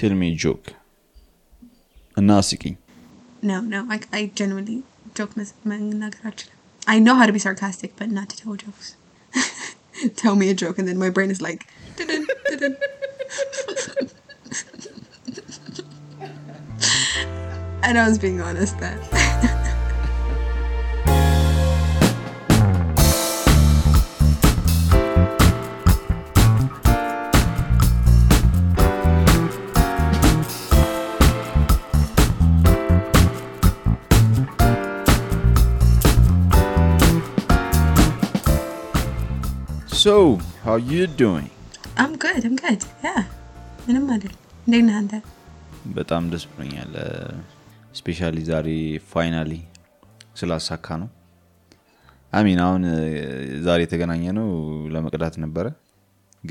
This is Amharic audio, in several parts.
tell me a joke እና አስቂኝ No, no, I, I genuinely joke mis- መናገር አልችልም. I know how to be sarcastic, but not to tell jokes. tell me a joke, and then my brain is like, "Dun-dun, dun-dun." and I was being honest then. so how you doing I'm good, I'm good, yeah. ምንም አይደል። እንዴት ነህ አንተ? በጣም ደስ ብሎኛል ስፔሻሊ ዛሬ ፋይናሊ ስላሳካ ነው አሚን አሁን እ፣ ዛሬ የተገናኘ ነው ለመቅዳት ነበረ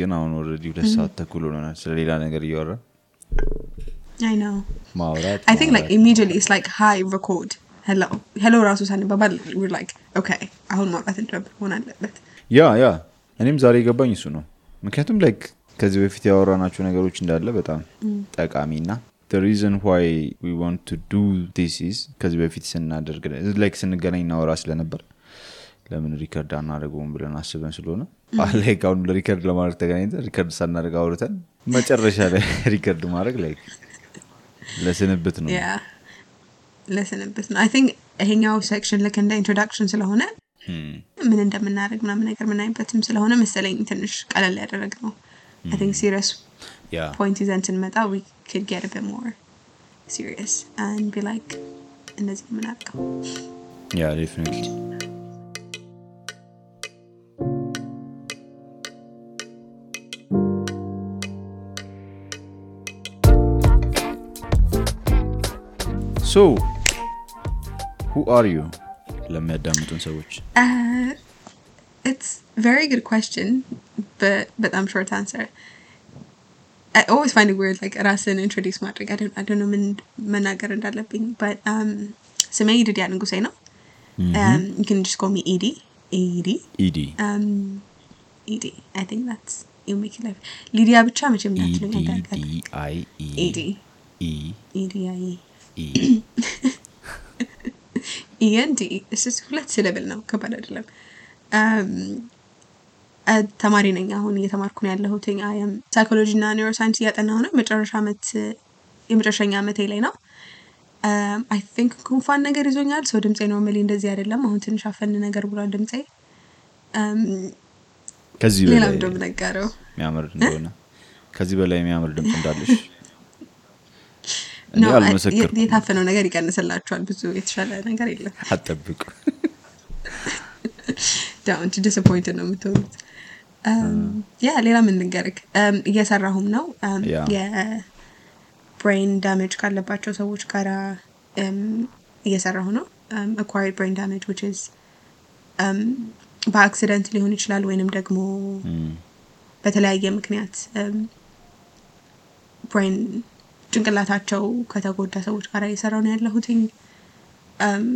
ግን አሁን ኦልሬዲ ሁለት ሰዓት ተኩል ሆነናል ስለሌላ ነገር እያወራ I know. ማውራት I think like ማውራት። immediately it's like hi record hello hello ራሱ ሳንባባል we're like okay አሁን ማውራት እንጀምር መሆን አለበት ያ ያ እኔም ዛሬ የገባኝ እሱ ነው ምክንያቱም ላይክ ከዚህ በፊት ያወራናቸው ነገሮች እንዳለ በጣም ጠቃሚ ና ሪዝን ዋይ ዋንት ቱ ዱ ቲሲስ ከዚህ በፊት ስናደርግ ላይክ ስንገናኝ እናወራ ስለነበር ለምን ሪከርድ አናደርገውም ብለን አስበን ስለሆነ ላይክ አሁን ሪከርድ ለማድረግ ተገናኝተን ሪከርድ ሳናደርግ አውርተን መጨረሻ ላይ ሪከርድ ማድረግ ላይክ ለስንብት ነው yeah ልስንበት ነው I think ይሄኛው ሴክሽን ልክ እንደ ኢንትሮዳክሽን ስለሆነ Hmm. ምን እንደምናደርግ ምናምን ነገር ምናይበትም ስለሆነ መሰለኝ ትንሽ ቀለል ያደረግ ነው I think serious ያ point ይዘን ስንመጣ we could get a bit more serious and be like እንደዚህ ነው የምናደርገው ያ ዴፊኒትሊ ሶ ሁ አር ዩ ለሚያዳምጡን ሰዎች Uh, it's very good question, but but I'm short answer. I always find it weird, like Rasen introduce Matrick. I don't I don't know men menager and developing, but um, so me Edie Adenguseno. Um, you can just call me Edie. Edie. ኢዲ Um, Edie. I think that's you make it life. Lydia ብቻ መቼም E ናትለኝ አታውቃለህ። Edie. Edie. አይ። E. ኢኤንዲ እስስ ሁለት ስለብል ነው ከባድ አይደለም Um, አ- ተማሪ ነኝ አሁን እየተማርኩ ነው ያለሁት አም ሳይኮሎጂ እና ኒውሮሳይንስ እያጠናሁ ነው የመጨረሻ ዓመት የመጨረሻኛ ዓመቴ ላይ ነው አይ ቲንክ ጉንፋን ነገር ይዞኛል ሰው ድምፄ ነው መሌ እንደዚህ አይደለም አሁን ትንሽ አፈን ነገር ብሏል ድምፄ Um, ከዚህ ሌላ በላይ እንደውም ነገረው የሚያምር እንደሆነ ከዚህ በላይ የሚያምር ድምፅ እንዳለሽ እኔ No, አ- የ- አልመሰክርኩም የታፈነው ነገር ይቀንስላችኋል ብዙ የተሻለ ነገር የለም አጠብቁ ዳውንት ዲስአፖይንትድ ነው የምትሆኑት Um, ያ ሌላ ምን ልንገርክ Um, እየሰራሁም ነው Um, Yeah. የብሬን ዳሜጅ ካለባቸው ሰዎች ጋራ um, እየሰራሁ ነው Um, አኳርድ ብሬን ዳሜጅ ዊች ኢዝ um, በአክሲደንት ሊሆን ይችላል ወይንም ደግሞ Hmm. በተለያየ ምክንያት um, ብሬን ጭንቅላታቸው ከተጎዳ ሰዎች ጋር እየሰራሁ ነው ያለሁትኝ Um,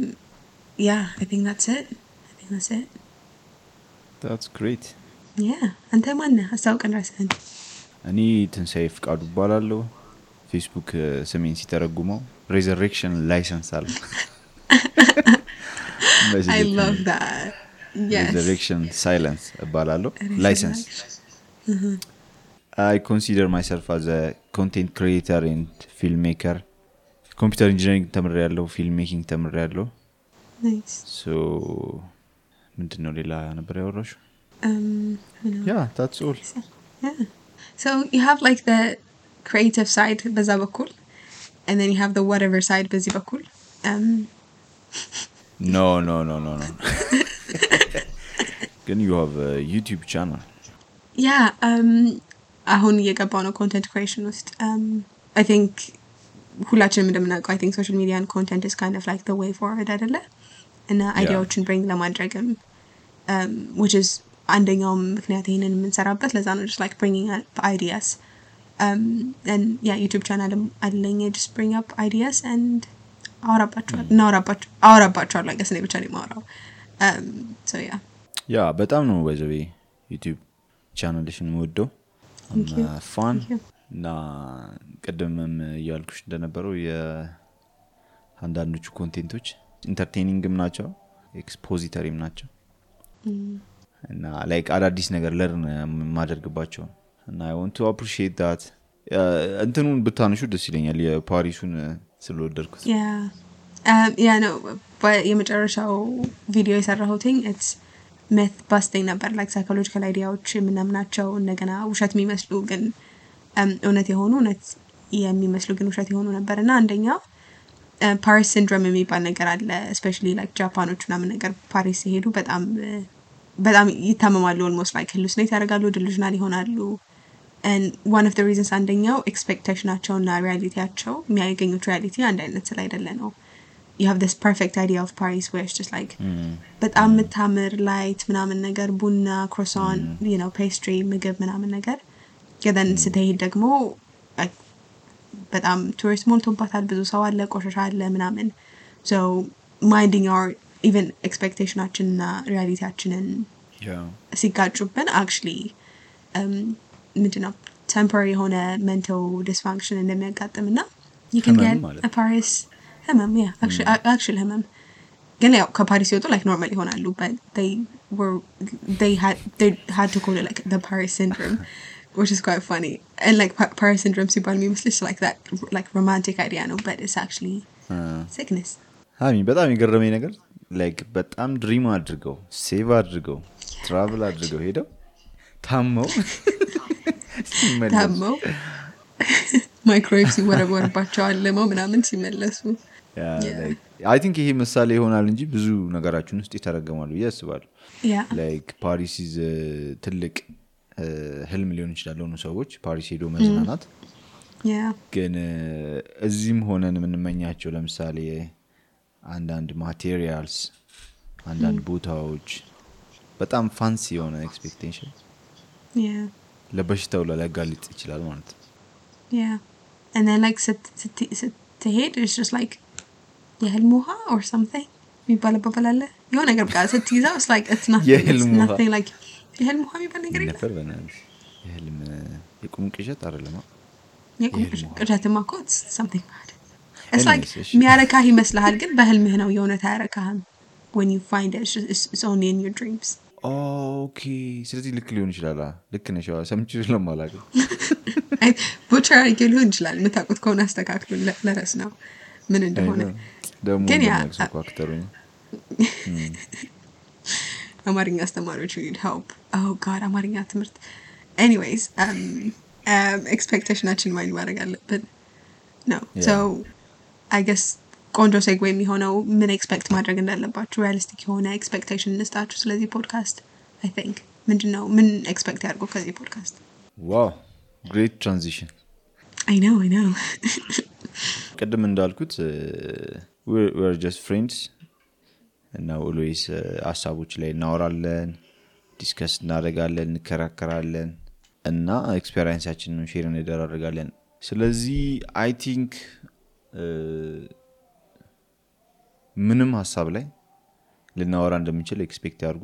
ያ አይ ቲንክ ዳትስ ኢት አይ ቲንክ ዳትስ ኢት ታትስ ግሬት ያ አንተ ማነህ አስታውቀን ራስህን እኔ ትንሣኤ ፍቃዱ እባላለሁ ፌስቡክ እ፣ ስሜን ሲተረጉመው ሬዘሬክሽን ላይሰንስ አለ I love that. Yes. ሬዘሬክሽን ሳይለንስ እባላለሁ ላይሰንስ License. አይ ኮንሲደር ማይሰልፍ አዘ ኮንቴንት ክሪኤተር ኤንድ ፊልም ሜከር ኮምፒውተር ኢንጂነሪንግ ተምር ያለው ፊልም ሜኪንግ ተምር ያለው Nice. ሶ ምንድን ነው ሌላ ነበር ያወራሹ Um, I don't know. ያ ታትስ ኦል Yeah. So you have like the creative side, በዛ በኩል, and then you have the whatever side, በዚህ በኩል. Um, ኖ ኖ ኖ ኖ ኖ ግን ዩ ሃቭ ዩቲዩብ ቻናል yeah. Um, አሁን እየገባው ነው content creation ውስጥ. Um, I think ሁላችንም እንደምናውቀው I think social media and content is kind of like the way forward አይደለ? እና አይዲያዎችን bring ለማድረግም um, which is አንደኛውም ምክንያት ይህንን የምንሰራበት ለዛ ነው just like bringing up ideas um, and yeah YouTube channel አለኝ just bring up ideas and አወራባቸዋል እናወራባቸ- አወራባቸዋለሁ I guess እኔ ብቻ ነው የማወራው um, so yeah ያ በጣም ነው ወይዘቤ ዩቲዩብ ቻናልሽን የምወደው Thank you. ፋን Thank you. እና ቅድምም እያልኩሽ እንደነበረው የአንዳንዶቹ ኮንቴንቶች ኢንተርቴኒንግም ናቸው ኤክስፖዚተሪም ናቸው Mm. እና ላይክ አዳዲስ ነገር ለርን የማደርግባቸው እና ወንቱ አፕሪሺት ዳት እንትኑን ብታንሹ ደስ ይለኛል የፓሪሱን ስለወደድኩት ያ ነው የመጨረሻው ቪዲዮ የሰራሁትኝ ሜት ባስቲንግ ነበር ላይክ ሳይኮሎጂካል አይዲያዎች የምናምናቸው እንደገና ውሸት የሚመስሉ ግን um, እውነት የሆኑ እውነት የሚመስሉ ግን ውሸት የሆኑ ነበር እና አንደኛው ፓሪስ ሲንድሮም የሚባል ነገር አለ ስፔሻሊ ላይክ ጃፓኖች ምናምን ነገር ፓሪስ ሲሄዱ በጣም uh, በጣም ይታመማሉ ኦልሞስት ላይክ ህሉስኔት ያደርጋሉ ድሉዥናል ይሆናሉ ዋን ኦፍ ደ ሪዝንስ አንደኛው ኤክስፔክቴሽናቸው እና ሪያሊቲያቸው የሚያገኙት ሪያሊቲ አንድ አይነት ስላይደለ ነው you have this perfect idea of Paris where it's just like mm. በጣም የምታምር ላይት ምናምን ነገር ቡና ክሮሳን you know ፔስትሪ ምግብ ምናምን ነገር ገደን ስትሄድ ደግሞ በጣም ቱሪስት ሞልቶባታል ብዙ ሰው አለ ቆሻሻ አለ ምናምን so minding our even expectationችን እና ሪያሊቲያችንን ሲጋጩብን actually um, ምንድነው ቴምፖራሪ የሆነ መንተው ዲስፋንክሽን እንደሚያጋጥም ና you can get a Paris ህመም ያ አክሽል ህመም ግን ያው ከፓሪስ ሲወጡ ላይክ ኖርማል ይሆናሉ ሀድ ቱ ኮል ላይክ the Paris syndrome which is quite funny and like Paris syndrome ሲባል የሚመስልሽ like that like romantic idea ነው but it's actually sickness ሀሚ በጣም የገረመኝ ነገር ላይክ በጣም ድሪም አድርገው ሴቭ አድርገው ትራቭል አድርገው ሄደው ታመው ታመው ማይክሮዌቭ ሲወረወርባቸዋል ልመው ምናምን ሲመለሱ አይ ቲንክ ይሄ ምሳሌ ይሆናል እንጂ ብዙ ነገራችን ውስጥ ይተረገማሉ ብዬ አስባለሁ ላይክ ፓሪስ ይዘ uh, ትልቅ uh, ህልም ሊሆን ይችላል ለሆኑ ሰዎች ፓሪስ ሄዶ መዝናናት ግን እዚህም ሆነን የምንመኛቸው ለምሳሌ አንዳንድ ማቴሪያልስ አንዳንድ ቦታዎች በጣም ፋንሲ የሆነ ኤክስፔክቴሽን ለበሽታው ሊያጋልጥ ይችላል ማለት ነው Yeah. And then like sit sit to hate it's just like የህልሙሃ or something የሚባል አባባል አለ የሆነ ነገር በቃ ስትይዘው it's like it's nothing it's nothing like የህልሙሃ የሚባል ነገር ነበር በእናትሽ የህልም የቁም ቅዠት አይደለም የቁም ቅዠትማ እኮ it's something bad it's like የሚያረካህ ይመስልሃል ግን በህልምህ ነው የእውነት አያረካህም when you find it it's, just, it's, it's only in your dreams ኦኬ ስለዚህ ልክ ሊሆን ይችላል ልክ ነሽ ሰምቼ ስለማላውቅ ቦቸ አድርጌ ሊሆን ይችላል የምታውቁት ከሆነ አስተካክሉ ለረስ ነው ምን እንደሆነ ግን አማርኛ አስተማሪዎች ኒድ ሄልፕ ኦ ጋድ Oh አማርኛ ትምህርት um, ኤኒዌይስ ኤክስፔክቴሽናችን ማይን ማድረግ አለብን ነው ሰው አይ ገስ ቆንጆ ሴግ የሚሆነው ምን ኤክስፔክት ማድረግ እንዳለባችሁ ሪያሊስቲክ የሆነ ኤክስፔክቴሽን እንስጣችሁ ስለዚህ ፖድካስት አይ ቲንክ ምንድን ነው ምን ኤክስፔክት ያድርገው ከዚህ ፖድካስት ዋው ግሬት ትራንዚሽን አይ ነው አይ ነው ቅድም እንዳልኩት ዌር ጀስት ፍሬንድስ እና ኦልዌይስ ሀሳቦች ላይ እናወራለን ዲስከስ እናደርጋለን እንከራከራለን እና ኤክስፔሪንሳችንን ሼር እንደራረጋለን ስለዚህ አይ ቲንክ ምንም ሀሳብ ላይ ልናወራ እንደምንችል ኤክስፔክት ያርጉ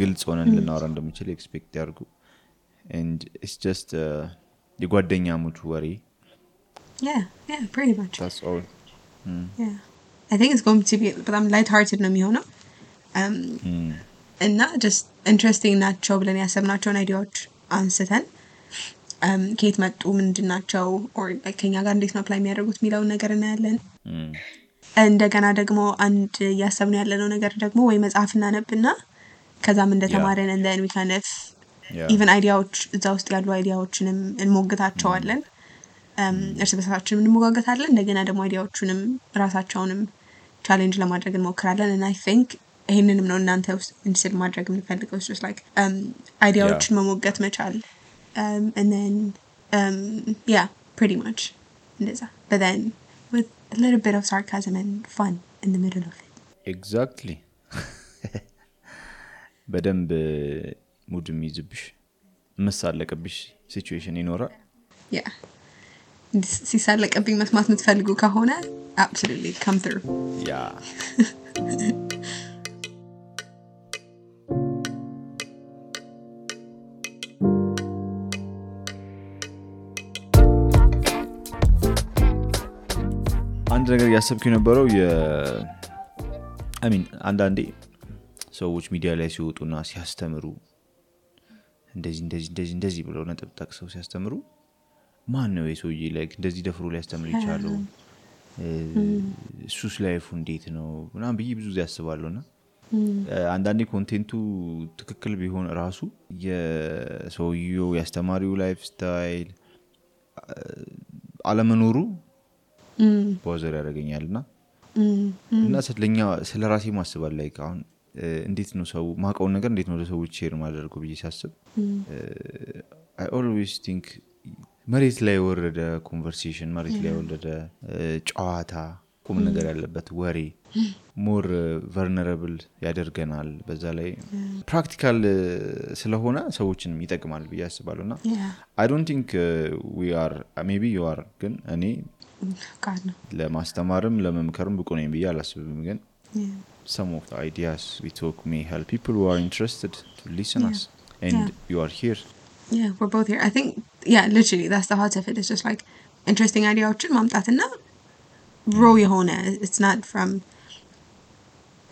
ግልጽ ሆነን ልናወራ እንደምንችል ኤክስፔክት ያርጉ ኢትስ ጀስት የጓደኛሞች ወሬ በጣም ላይት ሃርትድ ነው የሚሆነው Um, እና ጀስት ኢንትረስቲንግ ናቸው ብለን ያሰብናቸውን አይዲያዎች አንስተን ከየት መጡ ምንድን ናቸው ከኛ ጋር እንዴት ነው ፕላይ የሚያደርጉት የሚለውን ነገር እናያለን እንደገና ደግሞ አንድ እያሰብነው ያለነው ነገር ደግሞ ወይ መጽሐፍ እናነብና ከዛም እንደተማረን እንደን ዊካነፍ ኢቨን አይዲያዎች እዛ ውስጥ ያሉ አይዲያዎችንም እንሞግታቸዋለን Um, እርስ በርሳችንም እንሞጋገታለን እንደገና ደግሞ አይዲያዎቹንም ራሳቸውንም ቻሌንጅ ለማድረግ እንሞክራለን እና አይ ቲንክ ይህንንም ነው እናንተ ውስጥ እንስል ማድረግ የምንፈልገው ስ ላይክ አይዲያዎችን um, መሞገት መቻል Um, ንን um, ያ ፕሪቲ ማች እንደዛ በን with a little bit of sarcasm and fun in the middle of it. Exactly. በደንብ ሙድ የሚይዝብሽ መሳለቅብሽ ሲቹዌሽን ይኖራል ሲሳለቅብኝ መስማት የምትፈልጉ ከሆነ አብሶሉትሊ ካም ትሩ ያ አንድ ነገር እያሰብኩ የነበረው ሚን አንዳንዴ ሰዎች ሚዲያ ላይ ሲወጡና ሲያስተምሩ እንደዚህ እንደዚህ እንደዚህ እንደዚህ ብለው ነጥብ ጠቅሰው ሲያስተምሩ ማን ነው የሰውዬ ላይ እንደዚህ ደፍሮ ሊያስተምር ይቻለው እሱስ ላይፉ እንዴት ነው ምናምን ብዬ ብዙ ጊዜ ያስባለሁ እና አንዳንዴ ኮንቴንቱ ትክክል ቢሆን ራሱ የሰውየው የአስተማሪው ላይፍ ስታይል አለመኖሩ Mm, በዘር ያደርገኛል እና እና ለኛ ስለ ራሴ ማስባል ላይ አሁን እንዴት ነው ሰው ማውቀውን ነገር እንዴት ነው ለሰዎች ሼር ማደርገው ብዬ ሳስብ አይ ኦልዌስ ቲንክ መሬት ላይ የወረደ ኮንቨርሴሽን መሬት ላይ የወረደ ጨዋታ ቁም ነገር ያለበት ወሬ ሞር ቨርነረብል ያደርገናል በዛ ላይ ፕራክቲካል ስለሆነ ሰዎችንም ይጠቅማል ብዬ አስባለሁ እና አይ ዶንት ቲንክ ዊ አር ሜይ ቢ ዩ አር ግን እኔ ለማስተማርም ለመምከርም ብቁ ነኝ ብዬ አላስብም ግን some of the ideas we talk may help people who are interested to listen Yeah. us and Yeah. you are here Yeah, we're both here. I think, yeah, literally, that's the heart of it. It's just like interesting ideዎችን ማምጣትና ሮ የሆነ eh? it's not from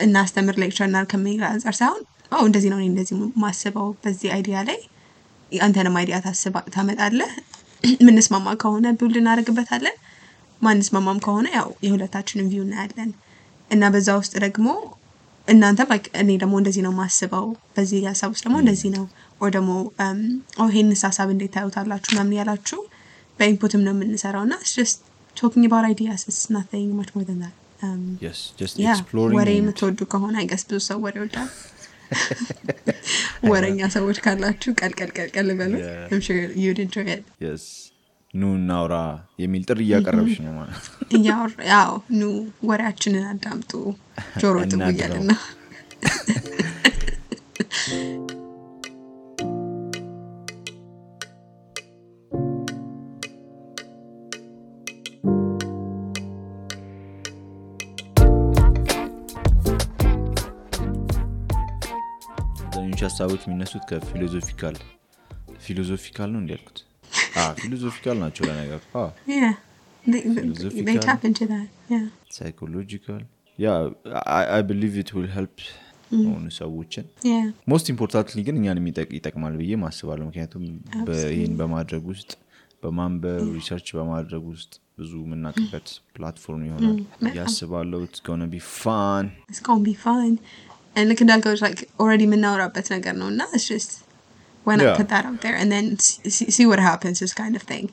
እናስተምር ሌክቸር እና ከሚል አንጻር ሳይሆን ኦ እንደዚህ ነው እኔ እንደዚህ ማስበው በዚህ አይዲያ ላይ አንተንም አይዲያ ታመጣለህ። ምንስማማ ከሆነ ቢውልድ እናደርግበታለን። ማንስማማም ከሆነ ያው የሁለታችንን ቪው እናያለን እና በዛ ውስጥ ደግሞ እናንተ like እኔ ደግሞ እንደዚህ ነው ማስበው በዚህ ሀሳብ ውስጥ ደግሞ እንደዚህ ነው ወይ ደግሞ ይሄንስ ሀሳብ እንዴት ታዩታላችሁ ምናምን ያላችሁ በኢንፑትም ነው የምንሰራው እና just talking about ideas it's nothing much more than that Um, yes just ያ exploring ወሬ and- የምትወዱ ከሆነ አይገስ ብዙ ሰው ወሬ ይወዳል ወረኛ ሰዎች ካላችሁ ቀልቀልቀልቀል በሉ Yeah. I'm sure you'd enjoy it yes ኑ እናውራ የሚል ጥሪ እያቀረብሽ ነው ማለት እያወራ ያው ኑ ወሬያችንን አዳምጡ ጆሮ ጥቡ እናድረው። እያልና አብዛኞቹ ሀሳቦች የሚነሱት ከፊሎዞፊካል ፊሎዞፊካል ነው እንዲያልኩት ፊሎዞፊካል ናቸው ለነገር Yeah. They, they, Philosophical. they tap into that. Yeah. ሳይኮሎጂካል ያ አይ ቢሊቭ ኢት ዊል ሄልፕ Mm. ሆኑ ሰዎችን Yeah. ሞስት ኢምፖርታንትሊ ግን እኛን የሚጠቅ- ይጠቅማል ብዬ ማስባለሁ ምክንያቱም በ- ይህን በማድረግ ውስጥ በማንበብ ሪሰርች በማድረግ ውስጥ ብዙ የምናቅበት ፕላትፎርም ይሆናል ያስባለው እስከሆነ ቢፋን It's going to be fun. And look at that goes like already ምናወራበት ነገር ነው እና it's just why not Yeah. put that out there and then see, see what happens this kind of thing.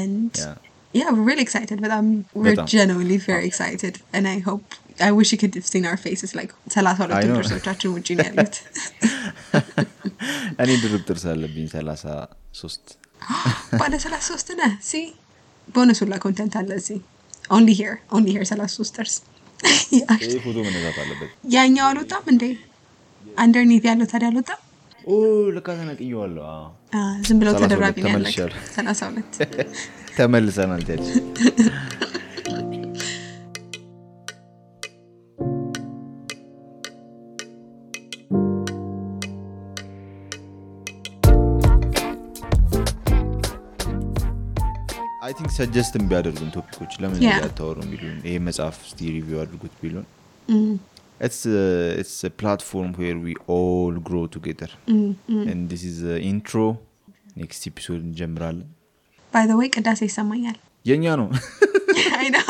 And Yeah. yeah, we're really excited but I'm we're በጣም። genuinely very excited and I hope I wish you could have seen our faces like ሰላሳ ሁለት I know. ድርሰቶቻችን ውጭ ነው ያሉት እኔ ድርብ ጥርስ አለብኝ ሰላሳ ሶስት ባለ ሰላሳ ሶስት ነህ ሲ ቦነስ ሁላ ኮንተንት አለ እዚህ only here only here ሰላሳ ሶስት ጥርስ ይህ ፎቶ መነሳት አለበት ያኛው አልወጣም እንዴ አንደርኒት ያለው ታዲያ አልወጣም ኦ ልካ ተነቅየዋለሁ አዎ። አ፣ ዝም ብለው ሰላሳ ሁለት ተደራቢ ነው ያለቀ። ተመልሻለሁ። ሰላሳ ሁለት ተመልሰናል ቴድ አይ ቲንክ ሰጀስትም ቢያደርጉን ቶፒኮች ለምን Yeah. ያታወሩ ቢሉን ይሄ መጽሐፍ ስ ሪቪው አድርጉት ቢሉን ኢትስ ፕላትፎርም ዌር ዊ ኦል ግሮ ቱጌተር ዲስ ኢዝ ኢንትሮ ኔክስት ኤፒሶድ እንጀምራለን ባይ ዘ ወይ ቅዳሴ ይሰማኛል የእኛ ነው አይ ነው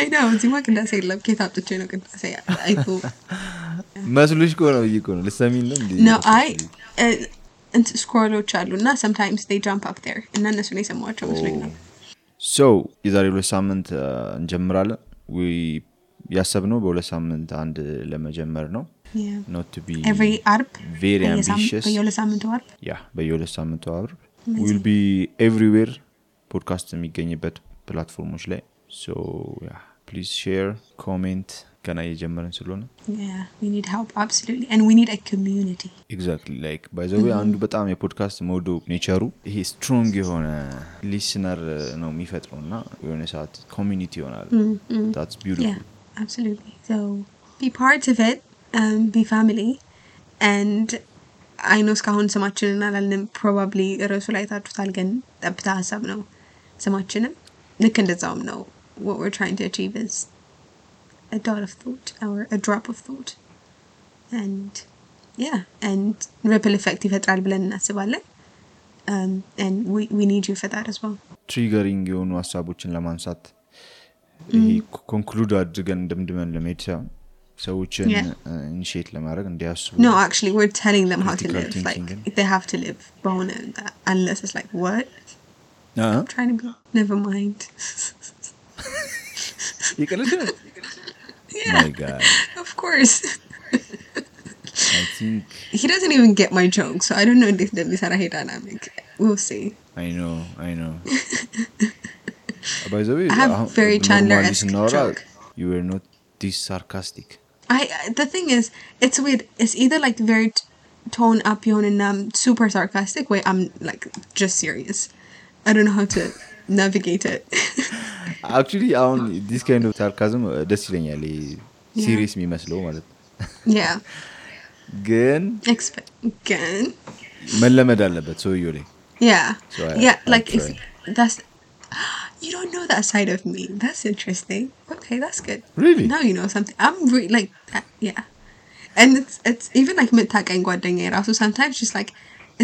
አይ ነው እዚህማ ቅዳሴ የለም ኬት አምጥቼ ነው ቅዳሴ አይቶ መስሎሽ ከሆነ ብዬ እኮ ነው ልሰሚን ነው እንዴ? ነው አይ ስኮሎች አሉ እና ሰምታይምስ ዴይ ጃምፕ አፕ ቴር እና እነሱ ነው የሰማኋቸው መስሎኝ ነው ሶ የዛሬ ሁለት ሳምንት አ፣ እንጀምራለን ዊ- ያሰብነው በሁለት ሳምንት አንድ ለመጀመር ነው Yeah. ኖት ቢ ኤቭሪ አርብ ቬሪ በየሳም- አምቢሽስ በየሁለት ሳምንቱ አርብ ያ በየሁለት ሳምንቱ አብር ዊል ቢ ኤቭሪዌር ፖድካስት የሚገኝበት ፕላትፎርሞች ላይ ሶ ያ ፕሊዝ ሼር ኮሜንት ገና እየጀመርን ስለሆነ Yeah, we need help absolutely and we need a community ኤግዛክትሊ ላይክ ባይዘዌ Mm. አንዱ በጣም የፖድካስት መውዶ ኔቸሩ ይሄ ስትሮንግ የሆነ ሊስነር ነው የሚፈጥረው እና የሆነ ሰዓት ኮሚኒቲ ይሆናል ታትስ Mm, Yeah, ቢዩቲፉል absolutely. So be part of it, um, be family, and I know እስካሁን ስማችንን አላልንም። Probably ርዕሱ ላይ ታችሁታል፣ ግን ጠብታ ሀሳብ ነው። ስማችንም ልክ እንደዛውም ነው what we're trying to achieve is a dot of thought or a drop of thought and yeah and ripple effect ይፈጥራል ብለን እናስባለን um, and we, we need you for that as well ትሪገሪንግ የሆኑ ሀሳቦችን ለማንሳት ይሄ Mm. ኮንክሉድ አድርገን እንደምድመን ለመሄድ ሳይሆን ሰዎችን Yeah. ኢኒሽት ለማድረግ እንዲያስቡ No, actually, we're telling them how to Critical live. thinking. Like they have to live, bone and that. Unless it's like what አ- trying to be. Never mind. የቀለድ ነው? Yeah. My God. of course. I think He doesn't even get my joke, so I don't know if that is a dynamic. We'll see. I know, I know. Uh, By the way, uh, I have አሁን very normally Chandler-esque ስናወራ joke. uh, you were not this sarcastic. I I- the thing is, it's weird. It's either like very t- tone up yon and um super sarcastic way. I'm like just serious. I don't know how to navigate it. actually አሁን this kind of sarcasm uh, ደስ ይለኛል ሲሪየስ የሚመስለው ማለት ነው yeah. ግን Expect again. መለመድ አለበት ሰውየው ላይ Yeah. So I- yeah, I like if try. that's you don't know that side of me. That's interesting. Okay, that's good. Really? Now you know something. I'm re- like that, yeah. And it's it's even like mittak and guadenge also sometimes she's like,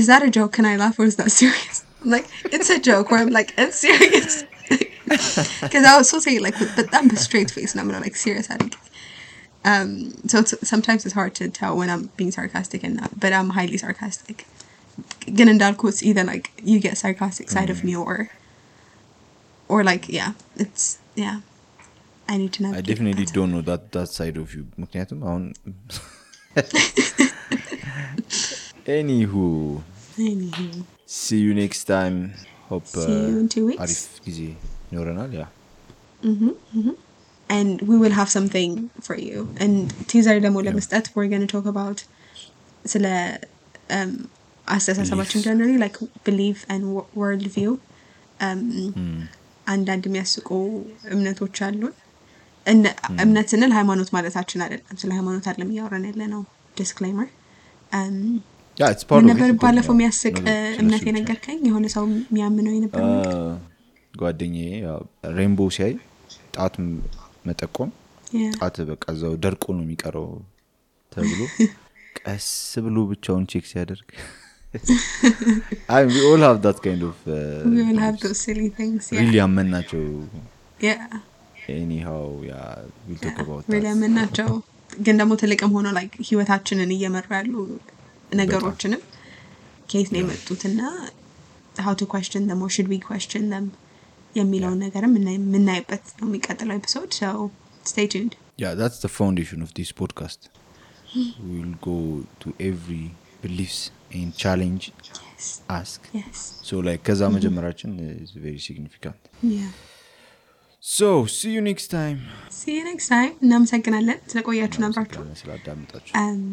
Is that a joke? Can I laugh or is that serious? I'm like, it's a joke where I'm like, I'm serious. Because I also say like with- but I'm a straight face and I'm not like serious at it. Um, so it's, sometimes it's hard to tell when I'm being sarcastic and not, but I'm highly sarcastic again in dark it's either like you get sarcastic side Mm. of me or or like yeah it's yeah i need to know I definitely don't know that that side of you. ምክንያቱም አሁን ኤኒሁ Anywho, see you next time hope uh, See you in two weeks. አሪፍ ጊዜ ይኖረናል ያ and we will have something for you and teaser demo ለመስጠት we're going to talk about ስለ um, አስተሳሰባችን Beliefs. generally like belief and wo- world view um, Hmm. አንዳንድ የሚያስቁ እምነቶች አሉን እነ- Hmm. እምነት ስንል ሃይማኖት ማለታችን አይደለም ስለ ሃይማኖት አይደለም እያወራን ያለ ነው ዲስክሌመር Um, ያ it's part ምን of it, ነበር ግን ባለፈው ያው የሚያስቅ ነገሮች ስለሱ እምነት ብቻ። የነገርከኝ የሆነ ሰው የሚያምነው የነበረ ነገር? አዎ፣ ጓደኛዬ ሬንቦ ሲያይ ጣት ም- መጠቆም Yeah. ጣት በቃ እዛው ደርቆ ነው የሚቀረው ተብሎ ቀስ ብሎ ብቻውን ቼክ ሲያደርግ I mean, we all have that kind of uh, We will have beliefs. those silly things. Yeah. really ያመንናቸው Yeah. ኤኒሃው ያ ዊል ቶክ አባውት ሪል የምናቸው ግን ደግሞ ትልቅም ሆኖ ላይ ህይወታችንን እየመሩ ያሉ ነገሮችንም ከየት ነው የመጡትና ሀው ቱ ኮስችን ደግሞ ሽድ ቢ ኮስችን ም የሚለውን ነገርም እና- የምናይበት ነው የሚቀጥለው ኤፒሶድ ሰው ስቴይ ቱንድ Yeah, that's the foundation of this podcast. We'll go to every beliefs and challenge, ask. yes Mm-hmm. So, like, Kaza Majamarajan is very significant. yeah So, see you next time. see you next time እናመሰግናለን ስለቆያችሁን አብራችሁ Yeah. Um,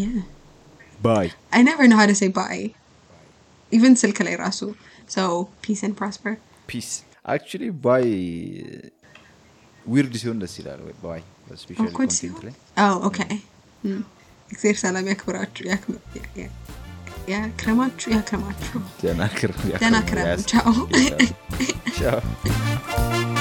yeah Bye. I never know how to say bye even ስልክ ላይ ራሱ so peace and prosper Peace. Actually, bye. Weird ሲሆን ደስ ይላል ወይ? eh. bye especially Awkward content eh. ሲሆን? ላይ Oh, okay. Mm. እግዚአብሔር ሰላም ያክብራችሁ ያክም- ያ- ያ- ያክረማችሁ ያክረማችሁ ደህና ክር- ደህና ክረሙ። ያስ- ቻው። ቻው